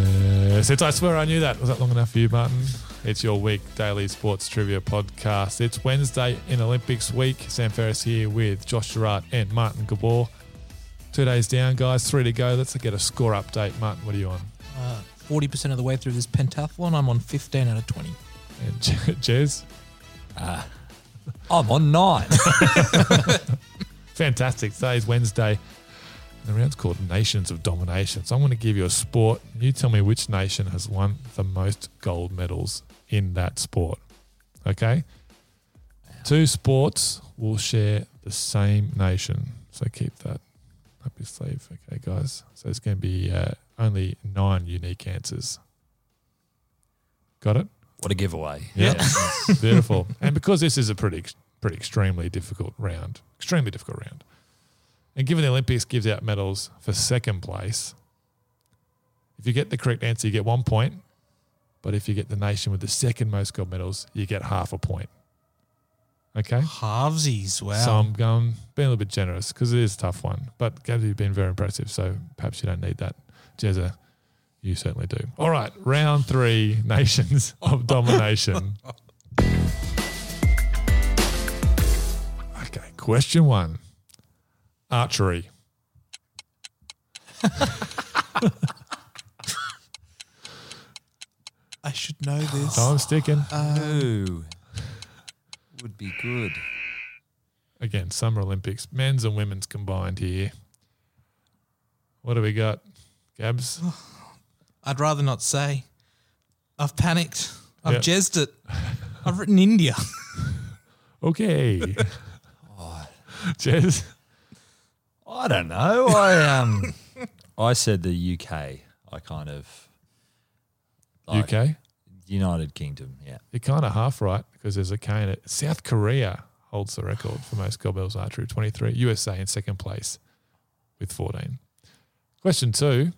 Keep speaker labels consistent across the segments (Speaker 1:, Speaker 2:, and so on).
Speaker 1: is. It's I Swear I Knew That. Was that long enough for you, Martin? It's your week daily sports trivia podcast. It's Wednesday in Olympics week. Sam Ferris here with Josh Gerard and Martin Gabor. Two days down, guys. Three to go. Let's get a score update. Martin, what are you on?
Speaker 2: Uh, Forty percent of the way through this pentathlon, I'm on fifteen out of twenty.
Speaker 1: And Je- Jez?
Speaker 2: I'm on nine.
Speaker 1: Fantastic. Today's Wednesday. The round's called Nations of Domination. So I'm going to give you a sport. and You tell me which nation has won the most gold medals in that sport. Okay? Two sports will share the same nation. So keep that up your sleeve. Okay, guys. So it's going to be uh, only nine unique answers. Got it?
Speaker 3: What a giveaway.
Speaker 1: Yeah. Beautiful. And because this is a pretty, pretty extremely difficult round, extremely difficult round, and given the Olympics gives out medals for second place, if you get the correct answer, you get one point. But if you get the nation with the second most gold medals, you get half a point. Okay.
Speaker 2: Halvesies. Wow.
Speaker 1: So I'm going being a little bit generous because it is a tough one. But Gabby, you've been very impressive, so perhaps you don't need that. Jezza, you certainly do. All right, round three, nations of domination. okay, question one, archery.
Speaker 2: I should know this. Um,
Speaker 1: Time's sticking.
Speaker 3: Oh. Would be good.
Speaker 1: Again, Summer Olympics, men's and women's combined here. What do we got, Gabs?
Speaker 2: I'd rather not say. I've panicked. I've
Speaker 1: Yep.
Speaker 2: jazzed it. I've written India.
Speaker 1: Okay. Jez.
Speaker 3: I don't know. I um I said the UK. I kind of like,
Speaker 1: UK.
Speaker 3: United Kingdom, yeah.
Speaker 1: You're kind of half right because there's a K in it. South Korea holds the record for most gold medals archery, 23. USA in second place with 14. Question two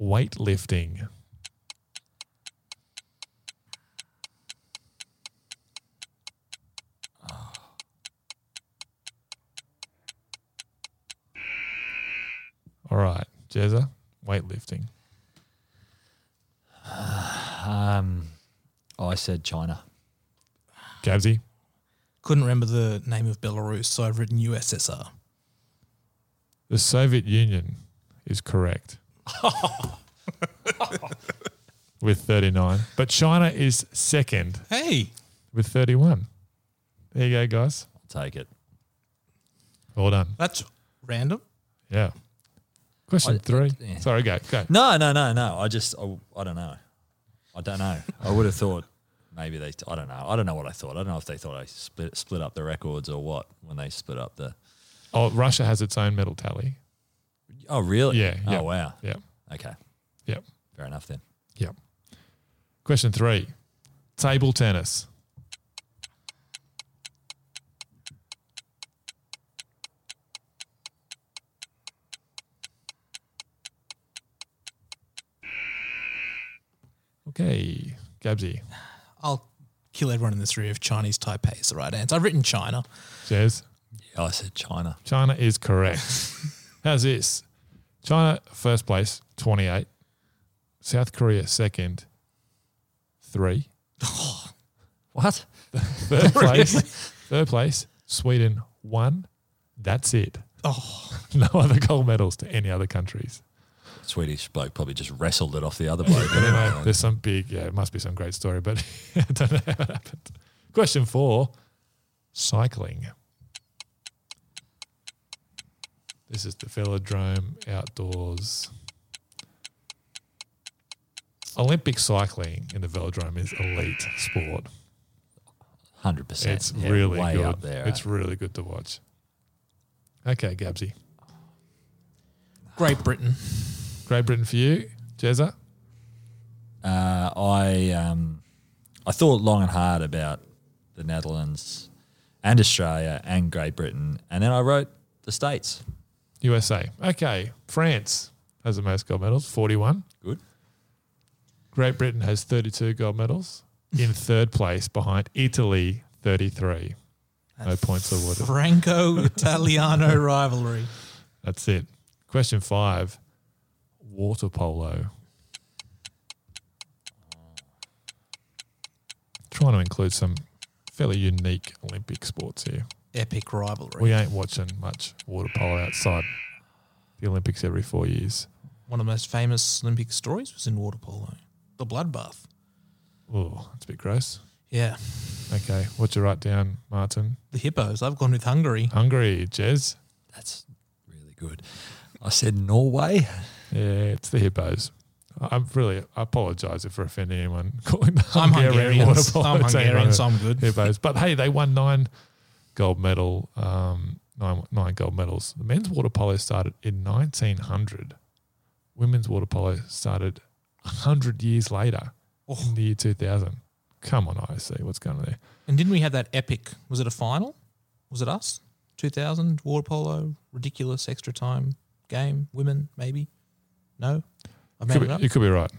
Speaker 1: weightlifting. All right, Jezza, weightlifting.
Speaker 3: Um I said China.
Speaker 1: Gabsy,
Speaker 2: Couldn't remember the name of Belarus, so I've written USSR.
Speaker 1: the Soviet Union is correct. with 39. But China is second
Speaker 2: Hey,
Speaker 1: with 31. There you go, guys.
Speaker 3: I'll take it.
Speaker 1: Well done.
Speaker 2: that's random.
Speaker 1: Yeah. Question
Speaker 3: I-
Speaker 1: three.
Speaker 3: yeah.
Speaker 1: Sorry, go, go.
Speaker 3: No, no, no, no. I just I, I don't know. I don't know. I would have thought maybe they I don't know. I don't know what I thought. I don't know if they thought I split split up the records or what when they split up the
Speaker 1: Oh, Russia has its own medal tally.
Speaker 3: Oh really?
Speaker 1: Yeah,
Speaker 3: Oh
Speaker 1: yeah.
Speaker 3: wow.
Speaker 1: Yeah.
Speaker 3: Okay.
Speaker 1: Yeah.
Speaker 3: Fair enough then.
Speaker 1: Yeah. Question three. Table tennis. Okay, Gabsy,
Speaker 2: I'll kill everyone in this room if Chinese Taipei is the right answer. I've written China.
Speaker 1: Jez.
Speaker 3: Yeah, I said China.
Speaker 1: China is correct. How's this? China first place, twenty eight. South Korea second, three.
Speaker 3: What?
Speaker 1: Third place. Third place. Sweden one. That's it.
Speaker 2: Oh,
Speaker 1: No other gold medals to any other countries.
Speaker 3: Swedish bloke probably just wrestled it off the other bloke.
Speaker 1: I don't know. There's some big. Yeah, it must be some great story, but I don't know how it happened. Question four: cycling. This is the velodrome outdoors. Olympic cycling in the velodrome is elite sport.
Speaker 3: Hundred percent.
Speaker 1: It's really
Speaker 3: way
Speaker 1: good.
Speaker 3: up there.
Speaker 1: It's really good to watch. Okay, Gabsy.
Speaker 2: Great Britain.
Speaker 1: Great Britain for you, Jezza.
Speaker 3: uh, I um, I thought long and hard about the Netherlands and Australia and Great Britain, and then I wrote the states.
Speaker 1: USA. Okay, France has the most gold medals, 41.
Speaker 3: Good.
Speaker 1: Great Britain has 32 gold medals in third place behind Italy, 33. No points awarded.
Speaker 2: Franco Italiano rivalry.
Speaker 1: That's it. Question five water polo. trying to include some fairly unique Olympic sports here.
Speaker 2: Epic rivalry.
Speaker 1: We ain't watching much water polo outside the Olympics every four years.
Speaker 2: One of the most famous Olympic stories was in water polo, the bloodbath.
Speaker 1: Oh, that's a bit gross.
Speaker 2: Yeah,
Speaker 1: Okay, what you write down, Martin?
Speaker 2: the hippos. I've gone with Hungary.
Speaker 1: Hungary, Jez.
Speaker 3: That's really good. I said Norway.
Speaker 1: Yeah, it's the hippos. I- I'm really, I apologise if we're offending anyone calling the
Speaker 2: I'm
Speaker 1: Hungarian
Speaker 2: Hungarian.
Speaker 1: water
Speaker 2: I'm
Speaker 1: polo team
Speaker 2: Hungarian,
Speaker 1: the
Speaker 2: so I'm good.
Speaker 1: hippos. But hey, they won nine gold medal, um, nine nine gold medals. The men's water polo started in 1900. Women's water polo started 100 years later,
Speaker 2: Oh.
Speaker 1: in the year 2000. Come on, IOC, what's going on there?
Speaker 2: And didn't we have that epic? Was it a final? Was it us? 2000 water polo, ridiculous extra time game, women maybe? No, I made
Speaker 1: Could
Speaker 2: it
Speaker 1: be-
Speaker 2: up.
Speaker 1: you could be right.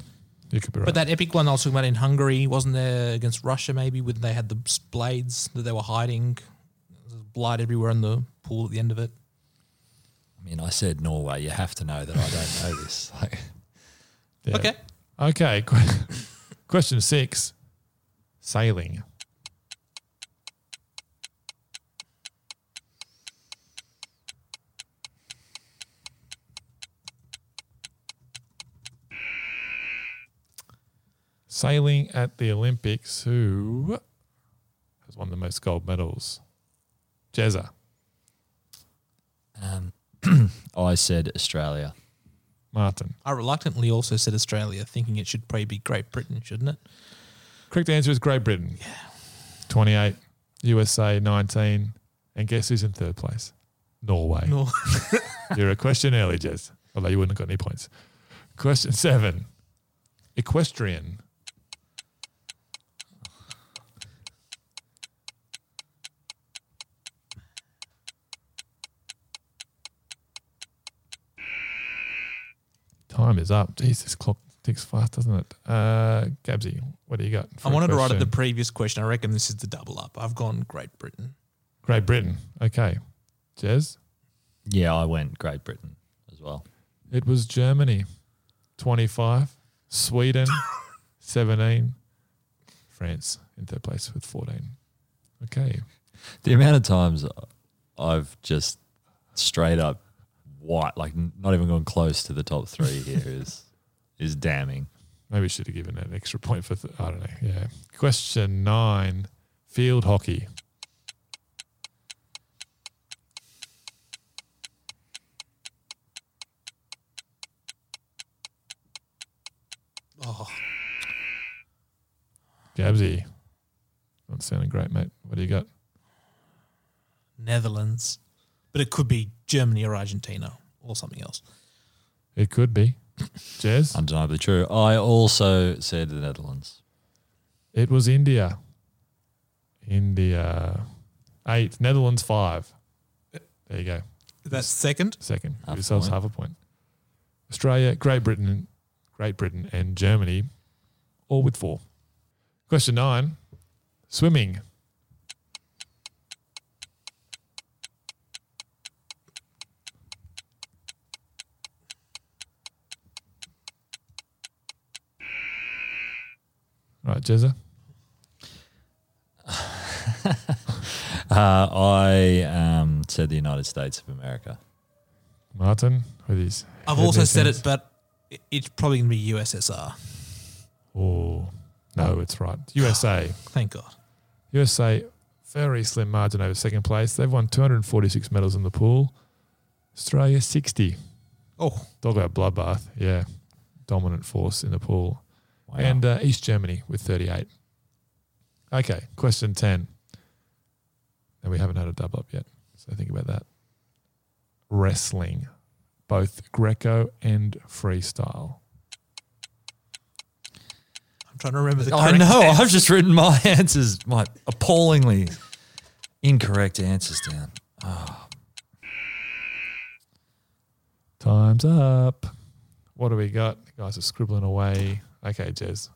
Speaker 1: You could be right.
Speaker 2: But that epic one I was talking about in Hungary wasn't there against Russia maybe when they had the s- blades that they were hiding, There's blood everywhere in the pool at the end of it.
Speaker 3: I mean, I said Norway. You have to know that I don't know this. Like,
Speaker 1: Yeah.
Speaker 2: Okay,
Speaker 1: Okay. que- Question six sailing. Sailing at the Olympics, who has won the most gold medals? Jezza.
Speaker 3: um, I said Australia.
Speaker 1: Martin.
Speaker 2: I reluctantly also said Australia, thinking it should probably be Great Britain, shouldn't it?
Speaker 1: Correct answer is Great Britain. Yeah. 28, USA 19. And guess who's in third place? Norway.
Speaker 2: No.
Speaker 1: You're a question early, Jez. Although you wouldn't have got any points. Question seven Equestrian. Time is up. Jeez, this clock ticks fast, doesn't it? Uh, Gabsy, what do you got? for
Speaker 2: I
Speaker 1: a
Speaker 2: wanted to write at the
Speaker 1: question?
Speaker 2: previous question. I reckon this is the double up. I've gone Great Britain.
Speaker 1: Great Britain. Okay. Jez?
Speaker 3: Yeah, I went Great Britain as well.
Speaker 1: It was Germany, 25, Sweden, 17, France in third place with 14. Okay.
Speaker 3: The amount of times I've just straight up white, like n- not even gone close to the top three here is is damning.
Speaker 1: Maybe should have given an extra point for, th- I don't know. Yeah. Question nine field hockey.
Speaker 2: Oh,
Speaker 1: Gabsy. Not sounding great, mate. What do you got?
Speaker 2: Netherlands. But it could be Germany or Argentina or something else.
Speaker 1: It could be. Jez?
Speaker 3: Undeniably true. I also said the Netherlands.
Speaker 1: It was India. India. Eight. Netherlands, five. There you go.
Speaker 2: That's second.
Speaker 1: second.
Speaker 3: Half
Speaker 1: Give
Speaker 3: a
Speaker 1: yourselves
Speaker 3: point.
Speaker 1: half a point. Australia, Great Britain, Great Britain, and Germany, all with four. Question nine: Swimming. Right, Jezza.
Speaker 3: Uh, I um, said the United States of America.
Speaker 1: Martin with his.
Speaker 2: I've
Speaker 1: head
Speaker 2: also
Speaker 1: in his
Speaker 2: said
Speaker 1: hands.
Speaker 2: it, but it- it's probably going to be USSR.
Speaker 1: Oh, no, it's right. USA.
Speaker 2: Thank God.
Speaker 1: USA, very slim margin over second place. They've won 246 medals in the pool. Australia, 60.
Speaker 2: Oh,
Speaker 1: Talk about bloodbath. Yeah. Dominant force in the pool.
Speaker 3: Wow.
Speaker 1: And uh, East Germany with 38. Okay. Question 10. And we haven't had a double up yet. So think about that. Wrestling, both Greco and freestyle.
Speaker 2: I'm trying to remember the
Speaker 3: I
Speaker 2: correct
Speaker 3: know.
Speaker 2: answer.
Speaker 3: I've just written my answers, my appallingly incorrect answers down.
Speaker 1: Time's up. What do we got? The guys are scribbling away. Okay, Jez.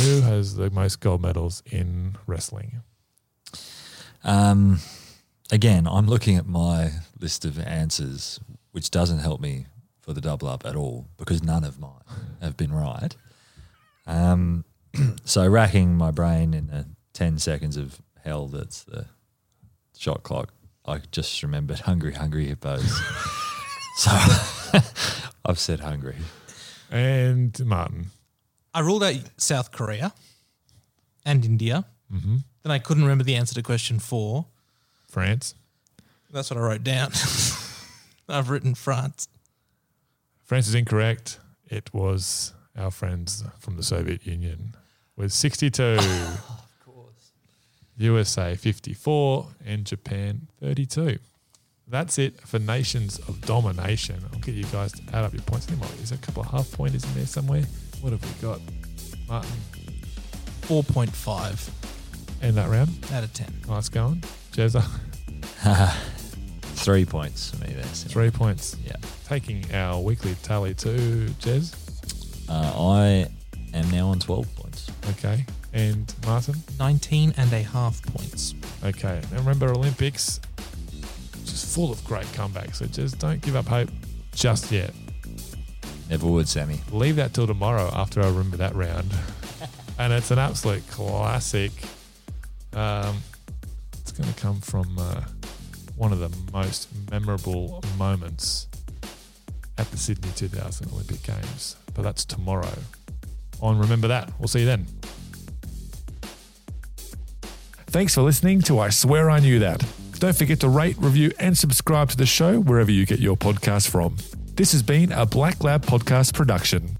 Speaker 1: Who has the most gold medals in wrestling?
Speaker 3: Um, again, I'm looking at my list of answers, which doesn't help me for the double up at all because none of mine have been right. Um, so racking my brain in the 10 seconds of hell that's the shot clock, I just remembered Hungry Hungry Hippos. so I've said hungry.
Speaker 1: And Martin.
Speaker 2: I ruled out South Korea and India.
Speaker 1: hmm
Speaker 2: Then I couldn't remember the answer to question four.
Speaker 1: France.
Speaker 2: That's what I wrote down. I've written France.
Speaker 1: France is incorrect. It was our friends from the Soviet Union with 62. of course. USA 54 and Japan 32. That's it for Nations of Domination. I'll get you guys to add up your points. There might be a couple of half pointers in there somewhere. What have we got? Martin,
Speaker 2: 4.5
Speaker 1: end that round.
Speaker 2: out of 10.
Speaker 1: Nice going. Jezza,
Speaker 3: Three points for me there. Sim.
Speaker 1: three points.
Speaker 3: Yeah.
Speaker 1: Taking our weekly tally to Jez.
Speaker 3: Uh, I am now on 12 points.
Speaker 1: Okay. And Martin?
Speaker 2: 19 and a half points.
Speaker 1: Okay. Now remember, Olympics just full of great comebacks. So just don't give up hope just yet.
Speaker 3: Never would, Sammy.
Speaker 1: Leave that till tomorrow after I remember that round. and it's an absolute classic. Um, it's going to come from uh, one of the most memorable moments at the Sydney 2000 Olympic Games. But that's tomorrow. On Remember That. We'll see you then. Thanks for listening to I Swear I Knew That. Don't forget to rate, review, and subscribe to the show wherever you get your podcast from. This has been a Black Lab Podcast production.